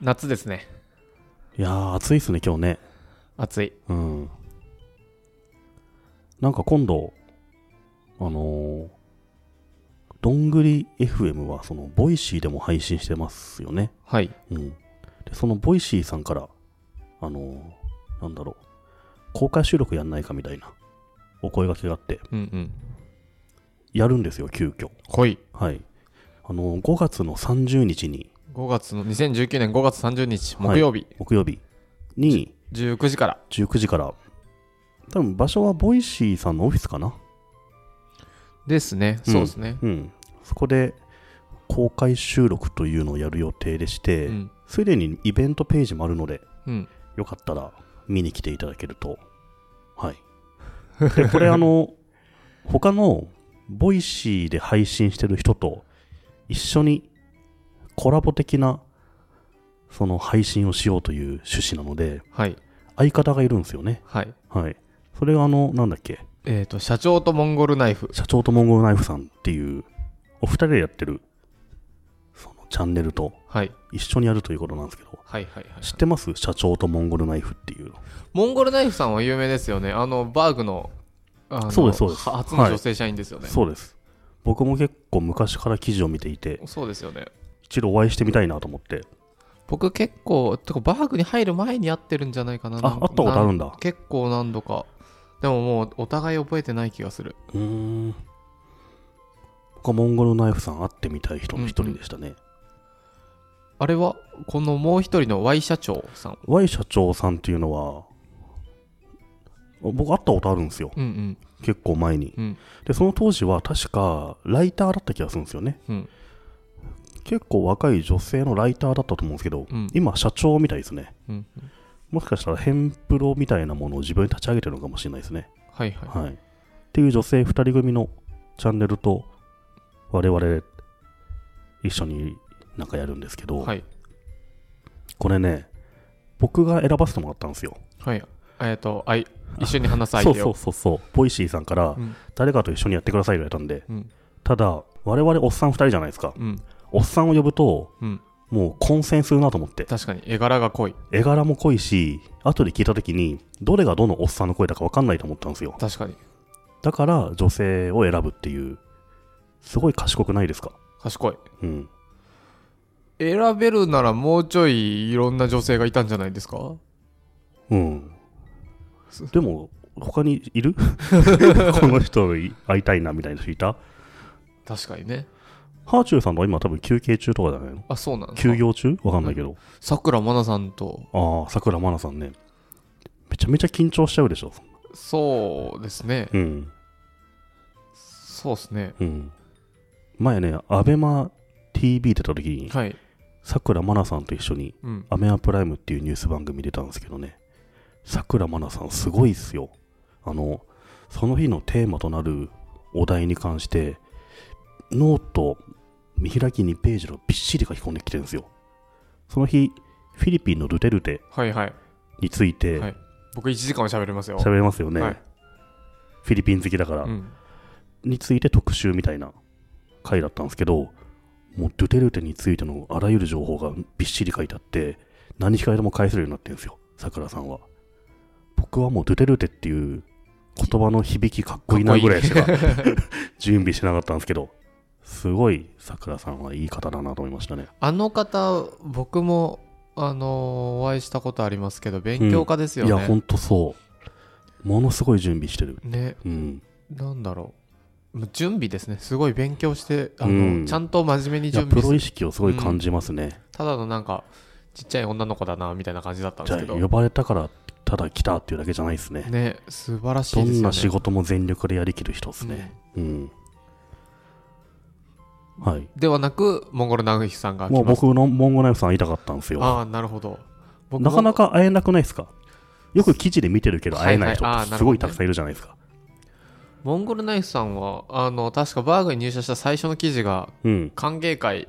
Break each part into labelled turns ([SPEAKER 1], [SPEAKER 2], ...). [SPEAKER 1] 夏ですね
[SPEAKER 2] いやー、暑いっすね、今日ね。
[SPEAKER 1] 暑い
[SPEAKER 2] うん。なんか今度、あのー、どんぐり FM は、その、ボイシーでも配信してますよね。
[SPEAKER 1] はい
[SPEAKER 2] うん。で、そのボイシーさんから、あのー、なんだろう、公開収録やんないかみたいな、お声がけがあって、
[SPEAKER 1] うんうん
[SPEAKER 2] やるんですよ、急遽。
[SPEAKER 1] 濃い
[SPEAKER 2] はい。あのー、5月の30日に、
[SPEAKER 1] 5月の2019年5月30日木曜日、
[SPEAKER 2] 木曜日に、
[SPEAKER 1] 19時から
[SPEAKER 2] 19時から、多分場所はボイシーさんのオフィスかな。
[SPEAKER 1] ですね、
[SPEAKER 2] うん
[SPEAKER 1] そうですね、
[SPEAKER 2] うん、そこで公開収録というのをやる予定でして
[SPEAKER 1] うん
[SPEAKER 2] すで、にイベントページもあるので
[SPEAKER 1] うん
[SPEAKER 2] よかったら見に来ていただけると はいでこれあの他のボイシーで配信してる人と一緒にコラボ的なその配信をしようという趣旨なので
[SPEAKER 1] はい
[SPEAKER 2] 相方がいるんですよね
[SPEAKER 1] はい
[SPEAKER 2] はいそれがあのなんだっけ
[SPEAKER 1] えっ、と社長とモンゴルナイフ
[SPEAKER 2] 社長とモンゴルナイフさんっていうお二人でやってるそのチャンネルと
[SPEAKER 1] はい
[SPEAKER 2] 一緒にやるということなんですけど
[SPEAKER 1] はいはいはい
[SPEAKER 2] 知ってます社長とモンゴルナイフっていう
[SPEAKER 1] モンゴルナイフさんは有名ですよねあのバーグのあの
[SPEAKER 2] そうですそうです
[SPEAKER 1] は初の女性社員ですよね、
[SPEAKER 2] そうです僕も結構昔から記事を見ていて
[SPEAKER 1] そうですよね
[SPEAKER 2] 一度お会いしてみたいなと思って
[SPEAKER 1] 僕結構てかバーグに入る前に会ってるんじゃないかな
[SPEAKER 2] あ会ったことあるん
[SPEAKER 1] な
[SPEAKER 2] だ
[SPEAKER 1] ん結構何度かでももうお互い覚えてない気がする
[SPEAKER 2] うーん僕はモンゴルナイフさん会ってみたい人の一人でしたね、
[SPEAKER 1] あれはこのもう一人の Y 社長さん
[SPEAKER 2] Y 社長さんっていうのは僕会ったことあるんですよ
[SPEAKER 1] うん
[SPEAKER 2] 結構前に
[SPEAKER 1] うんうん
[SPEAKER 2] でその当時は確かライターだった気がするんですよね
[SPEAKER 1] うん
[SPEAKER 2] 結構若い女性のライターだったと思うんですけど、
[SPEAKER 1] うん
[SPEAKER 2] 今社長みたいですね
[SPEAKER 1] うん
[SPEAKER 2] もしかしたらヘンプロみたいなものを自分に立ち上げてるのかもしれないですね、
[SPEAKER 1] はいはい、
[SPEAKER 2] はいっていう女性2人組のチャンネルと我々一緒になんかやるんですけど、
[SPEAKER 1] はい
[SPEAKER 2] これね僕が選ばせてもらったんですよ
[SPEAKER 1] はいえっ、とあい一緒に話す
[SPEAKER 2] そ
[SPEAKER 1] 相
[SPEAKER 2] う
[SPEAKER 1] 手
[SPEAKER 2] そ
[SPEAKER 1] を
[SPEAKER 2] うそうそうボイシーさんから
[SPEAKER 1] うん
[SPEAKER 2] 誰かと一緒にやってくださいと言われたんで
[SPEAKER 1] うん
[SPEAKER 2] ただ我々おっさん2人じゃないですか
[SPEAKER 1] うん
[SPEAKER 2] おっさんを呼ぶと
[SPEAKER 1] うん
[SPEAKER 2] もう混戦するなと思って
[SPEAKER 1] 確かに絵柄が濃い
[SPEAKER 2] 絵柄も濃いし後で聞いた時にどれがどのおっさんの声だか分かんないと思ったんですよ
[SPEAKER 1] 確かに
[SPEAKER 2] だから女性を選ぶっていうすごい賢くないですか
[SPEAKER 1] 賢い
[SPEAKER 2] うん
[SPEAKER 1] 選べるならもうちょいいろんな女性がいたんじゃないですか
[SPEAKER 2] うん
[SPEAKER 1] そ
[SPEAKER 2] でも他にいるこの人に会いたいなみたいな人いた
[SPEAKER 1] 確かにね
[SPEAKER 2] ハーチューさんの今多分休憩中とかじゃないの
[SPEAKER 1] あそうなんですか
[SPEAKER 2] 休業中わかんないけど、
[SPEAKER 1] さくらまなさんと
[SPEAKER 2] ああさくらまなさんねめちゃめちゃ緊張しちゃうでしょ
[SPEAKER 1] そうですね
[SPEAKER 2] うん
[SPEAKER 1] そうですね
[SPEAKER 2] うん前ねアベマ t v 出た時に
[SPEAKER 1] はい
[SPEAKER 2] さくらまなさんと一緒に
[SPEAKER 1] うん
[SPEAKER 2] アメアプライムっていうニュース番組出たんですけどね、さくらまなさん、すごいっすよ。あの、その日のテーマとなるお題に関して、ノート見開き2ページのびっしり書き込んできてるんですよ。その日、フィリピンのドゥテルテ
[SPEAKER 1] はいはい
[SPEAKER 2] について
[SPEAKER 1] はい僕1時間は喋れますよ
[SPEAKER 2] 喋れますよね、
[SPEAKER 1] はい
[SPEAKER 2] フィリピン好きだから、
[SPEAKER 1] うん
[SPEAKER 2] について特集みたいな回だったんですけど、もうドゥテルテについてのあらゆる情報がびっしり書いてあって、何日からでも返せるようになってるんですよ、さくらさんは。僕はもうドゥテルテっていう言葉の響きかっこいいなぐらい しか準備してなかったんですけど、すごいさくらさんはいい方だなと思いましたね。
[SPEAKER 1] あの方僕もあのーお会いしたことありますけど勉強家ですよ
[SPEAKER 2] い
[SPEAKER 1] ね、
[SPEAKER 2] や、ほんとそう。ものすごい準備してる。
[SPEAKER 1] ね
[SPEAKER 2] うん。
[SPEAKER 1] なんだろうもう準備ですねすごい勉強してあの、
[SPEAKER 2] うん
[SPEAKER 1] ちゃんと真面目に
[SPEAKER 2] いや、
[SPEAKER 1] 準
[SPEAKER 2] プ
[SPEAKER 1] 備す
[SPEAKER 2] ロ意識をすごい感じますね。
[SPEAKER 1] ただのなんかちっちゃい女の子だなみたいな感じだったん
[SPEAKER 2] じ
[SPEAKER 1] で
[SPEAKER 2] ゃ
[SPEAKER 1] す
[SPEAKER 2] あ、
[SPEAKER 1] けど
[SPEAKER 2] 呼ばれたから、ただ来たっていうだけじゃないですね。
[SPEAKER 1] ね素晴らしい
[SPEAKER 2] ど
[SPEAKER 1] ですよね
[SPEAKER 2] んな仕事も全力でやりきる人ですね。うん。はい。
[SPEAKER 1] ではなくモンゴルナウヒさんが来
[SPEAKER 2] もう
[SPEAKER 1] ます
[SPEAKER 2] 僕のモンゴナイフさん会いたかったんですよ。
[SPEAKER 1] ああなるほど僕も
[SPEAKER 2] なかなか会えなくないですかよく記事で見てるけど会えない人
[SPEAKER 1] はいはいあ
[SPEAKER 2] っ
[SPEAKER 1] ー
[SPEAKER 2] て
[SPEAKER 1] なるほどね
[SPEAKER 2] すごいたくさんいるじゃないですか。
[SPEAKER 1] モンゴルナイフさんはあの確かバーグに入社した最初の記事が
[SPEAKER 2] うん。
[SPEAKER 1] 歓迎会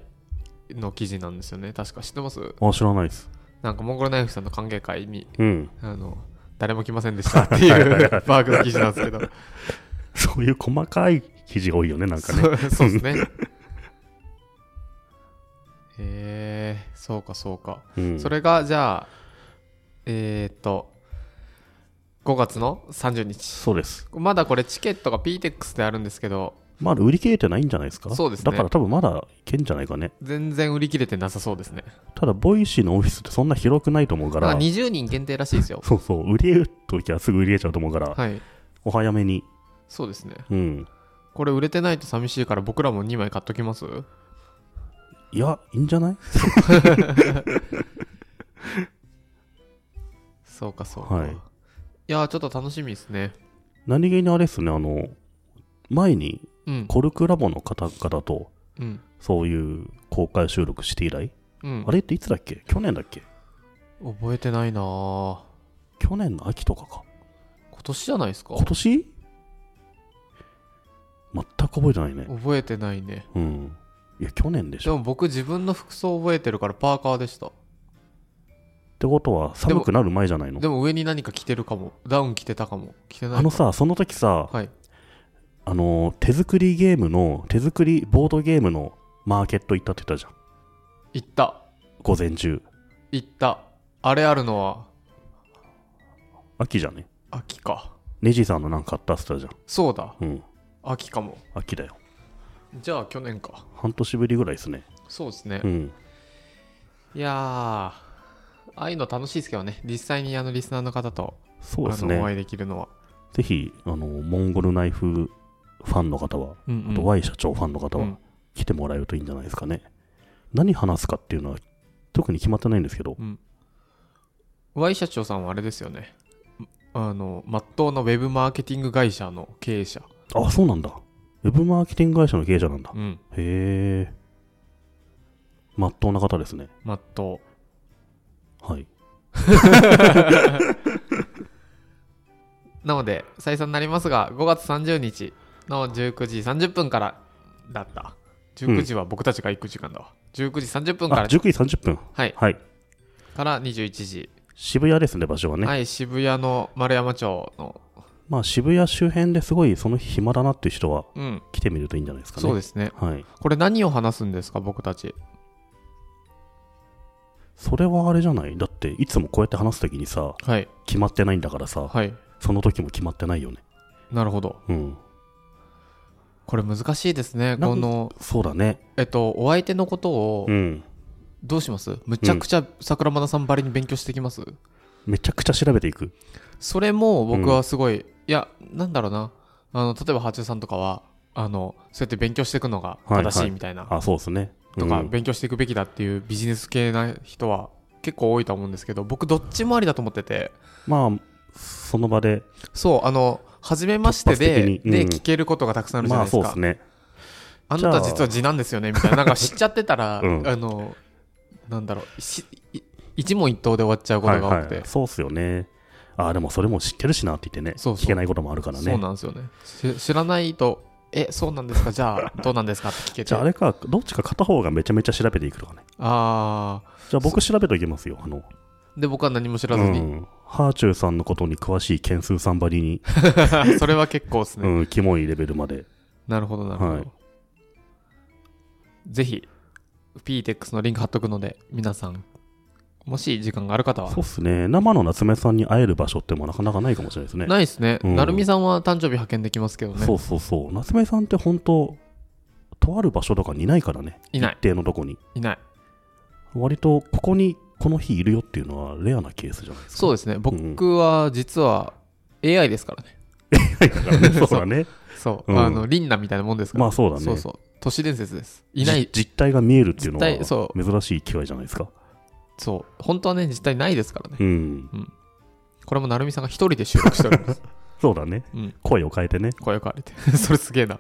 [SPEAKER 1] の記事なんですよね確か知ってます
[SPEAKER 2] あ、知らないです。
[SPEAKER 1] なんかモンゴルナイフさんの歓迎会に
[SPEAKER 2] うん。
[SPEAKER 1] あの誰も来ませんでしたっていうバーグの記事なんですけど、
[SPEAKER 2] そういう 細かい記事多いよね、なんかね。
[SPEAKER 1] そうそうですねへえそうかそうか、
[SPEAKER 2] うん、
[SPEAKER 1] それがじゃあえー、っと5月の30日
[SPEAKER 2] そうです
[SPEAKER 1] まだこれチケットが PTEX であるんですけど
[SPEAKER 2] まだ売り切れてないんじゃないですか
[SPEAKER 1] そうですね
[SPEAKER 2] だから多分まだいけんじゃないかね
[SPEAKER 1] 全然売り切れてなさそうですね
[SPEAKER 2] ただボイシーのオフィスってそんな広くないと思うか
[SPEAKER 1] なん
[SPEAKER 2] ら
[SPEAKER 1] か20人限定らしいですよ
[SPEAKER 2] そうそう売り得る時はすぐ売り得ちゃうと思うから、
[SPEAKER 1] はい
[SPEAKER 2] お早めに
[SPEAKER 1] そうですね
[SPEAKER 2] うん
[SPEAKER 1] これ売れてないと寂しいから僕らも2枚買っときます
[SPEAKER 2] いやいいんじゃない
[SPEAKER 1] そうかそうか、
[SPEAKER 2] はい
[SPEAKER 1] いやーちょっと楽しみですね
[SPEAKER 2] 何気にあれですねあの前に
[SPEAKER 1] うん
[SPEAKER 2] コルクラボの方々と
[SPEAKER 1] うん
[SPEAKER 2] そういう公開収録して以来、
[SPEAKER 1] うん
[SPEAKER 2] あれっていつだっけ去年だっけ
[SPEAKER 1] 覚えてないなー
[SPEAKER 2] 去年の秋とかか
[SPEAKER 1] 今年じゃないですか
[SPEAKER 2] 今年全く覚えてないね
[SPEAKER 1] 覚えてないね
[SPEAKER 2] うんいや去年でし
[SPEAKER 1] で
[SPEAKER 2] ょ
[SPEAKER 1] も僕自分の服装覚えてるからパーカーでした
[SPEAKER 2] ってことは寒くなる前じゃないの
[SPEAKER 1] でも上に何か着てるかもダウン着てたかも着てない
[SPEAKER 2] あのさその時さ
[SPEAKER 1] はい
[SPEAKER 2] あのー手作りゲームの手作りボードゲームのマーケット行ったって言ったじゃん
[SPEAKER 1] 行った
[SPEAKER 2] 午前中
[SPEAKER 1] 行ったあれあるのは
[SPEAKER 2] 秋じゃね
[SPEAKER 1] 秋か
[SPEAKER 2] ネジさんのなんか買ったって言ったじ
[SPEAKER 1] そうだ
[SPEAKER 2] ゃんうん
[SPEAKER 1] 秋かも
[SPEAKER 2] 秋だよ
[SPEAKER 1] じゃあ去年か
[SPEAKER 2] 半年ぶりぐらいですね
[SPEAKER 1] そうですね、
[SPEAKER 2] うん
[SPEAKER 1] いやーああいうの楽しいですけどね実際にあのリスナーの方と
[SPEAKER 2] そうです
[SPEAKER 1] あのお会
[SPEAKER 2] ね
[SPEAKER 1] いできるのは、
[SPEAKER 2] ぜひあのーモンゴルナイフファンの方は
[SPEAKER 1] うんうん
[SPEAKER 2] あと Y 社長ファンの方
[SPEAKER 1] う
[SPEAKER 2] は
[SPEAKER 1] ん
[SPEAKER 2] 来てもらえるといいんじゃないですかね、何話すかっていうのは特に決まってないんですけど
[SPEAKER 1] Y 社長さんはあれですよねあのまっとうのウェブマーケティング会社の経営者
[SPEAKER 2] あそうなんだウェブマーケティング会社の経営者なんだ
[SPEAKER 1] うん
[SPEAKER 2] へえまっとうな方ですね
[SPEAKER 1] まっと
[SPEAKER 2] はい、
[SPEAKER 1] うなので再三になりますが5月30日の19時30分からだった19時は僕たちが行く時間だわ、19時30分か
[SPEAKER 2] あ
[SPEAKER 1] ら
[SPEAKER 2] 19時30分
[SPEAKER 1] はい
[SPEAKER 2] はい
[SPEAKER 1] から21時、
[SPEAKER 2] 渋谷ですね場所はね、
[SPEAKER 1] はい渋谷の丸山町の
[SPEAKER 2] まあ渋谷周辺ですごいその日暇だなっていう人は
[SPEAKER 1] うん
[SPEAKER 2] 来てみるといいんじゃないですかね
[SPEAKER 1] そうですね
[SPEAKER 2] はい、
[SPEAKER 1] これ何を話すんですか僕たち
[SPEAKER 2] それはあれじゃないだっていつもこうやって話す時にさ
[SPEAKER 1] はい
[SPEAKER 2] 決まってないんだからさ
[SPEAKER 1] はい
[SPEAKER 2] その時も決まってないよね
[SPEAKER 1] なるほど
[SPEAKER 2] うん
[SPEAKER 1] これ難しいですね
[SPEAKER 2] なん
[SPEAKER 1] この
[SPEAKER 2] そうだね
[SPEAKER 1] えっとお相手のことを
[SPEAKER 2] うん
[SPEAKER 1] どうしますむちゃくちゃ桜間田さんばりに勉強してきます、
[SPEAKER 2] めちゃくちゃ調べていく
[SPEAKER 1] それも僕はすごい、いやなんだろうなあの例えば八重さんとかはあのそうやって勉強していくのが正
[SPEAKER 2] はい
[SPEAKER 1] し
[SPEAKER 2] はい
[SPEAKER 1] いみたいな、
[SPEAKER 2] あそうですね
[SPEAKER 1] とか、
[SPEAKER 2] うん
[SPEAKER 1] 勉強していくべきだっていうビジネス系な人は結構多いと思うんですけど僕どっちもありだと思ってて
[SPEAKER 2] まあその場で
[SPEAKER 1] そうあの初めまして
[SPEAKER 2] 突発
[SPEAKER 1] で、
[SPEAKER 2] 的に
[SPEAKER 1] で
[SPEAKER 2] うん
[SPEAKER 1] 聞けることがたくさんあるじゃ
[SPEAKER 2] ま
[SPEAKER 1] ない
[SPEAKER 2] あ
[SPEAKER 1] です
[SPEAKER 2] そ
[SPEAKER 1] か、
[SPEAKER 2] うですね
[SPEAKER 1] あ
[SPEAKER 2] じゃ
[SPEAKER 1] な
[SPEAKER 2] あ
[SPEAKER 1] た実は字なんですよねみたいななんか知っちゃってたら、
[SPEAKER 2] うん
[SPEAKER 1] あのなんだろうしい一問一答で終わっちゃうことが多くて、
[SPEAKER 2] はいはい、そうっすよねあでもそれも知ってるしなって言ってね
[SPEAKER 1] そうそう
[SPEAKER 2] 聞けないこともあるから
[SPEAKER 1] そう
[SPEAKER 2] ね
[SPEAKER 1] なんですよねし知らないとえそうなんですかじゃあどうなんですかって聞け
[SPEAKER 2] じ
[SPEAKER 1] て
[SPEAKER 2] ゃああれかどっちか片方がめちゃめちゃ調べていくとかね
[SPEAKER 1] あ
[SPEAKER 2] じゃあ僕調べておきますよあの
[SPEAKER 1] ーで僕は何も知らず
[SPEAKER 2] う
[SPEAKER 1] に、
[SPEAKER 2] んハーチューさんのことに詳しいケンスーさんばりに、
[SPEAKER 1] それは結構ですね、
[SPEAKER 2] うん、キモいレベルまで
[SPEAKER 1] なるほどなるほど、
[SPEAKER 2] はい
[SPEAKER 1] ぜひ PTEX のリンク貼っとくので皆さんもし時間がある方は
[SPEAKER 2] そうっすね生の夏目さんに会える場所ってもなかなかないかもしれないですね
[SPEAKER 1] ないですね、
[SPEAKER 2] うん
[SPEAKER 1] なるみさんは誕生日派遣できますけどね
[SPEAKER 2] そうそうそう夏目さんって本当とある場所とかにいないからね
[SPEAKER 1] いない
[SPEAKER 2] 一定のとこに
[SPEAKER 1] いない
[SPEAKER 2] 割とここにこの日いるよっていうのはレアなケースじゃないですか
[SPEAKER 1] そうですね僕は実は AI ですからね
[SPEAKER 2] そうだね。
[SPEAKER 1] そう、
[SPEAKER 2] うん
[SPEAKER 1] あのリンナみたいなもんですから、
[SPEAKER 2] まあそうだね。
[SPEAKER 1] そうそう都市伝説ですいない
[SPEAKER 2] じ実体が見えるっていう
[SPEAKER 1] 実
[SPEAKER 2] の
[SPEAKER 1] 体そ
[SPEAKER 2] は珍しい機会じゃないですか。
[SPEAKER 1] そう本当はね実際ないですからね
[SPEAKER 2] うん。
[SPEAKER 1] これも成美さんが一人で収録しております
[SPEAKER 2] そうだね。
[SPEAKER 1] うん
[SPEAKER 2] 声を変えてね。
[SPEAKER 1] 声を変えて それすげえな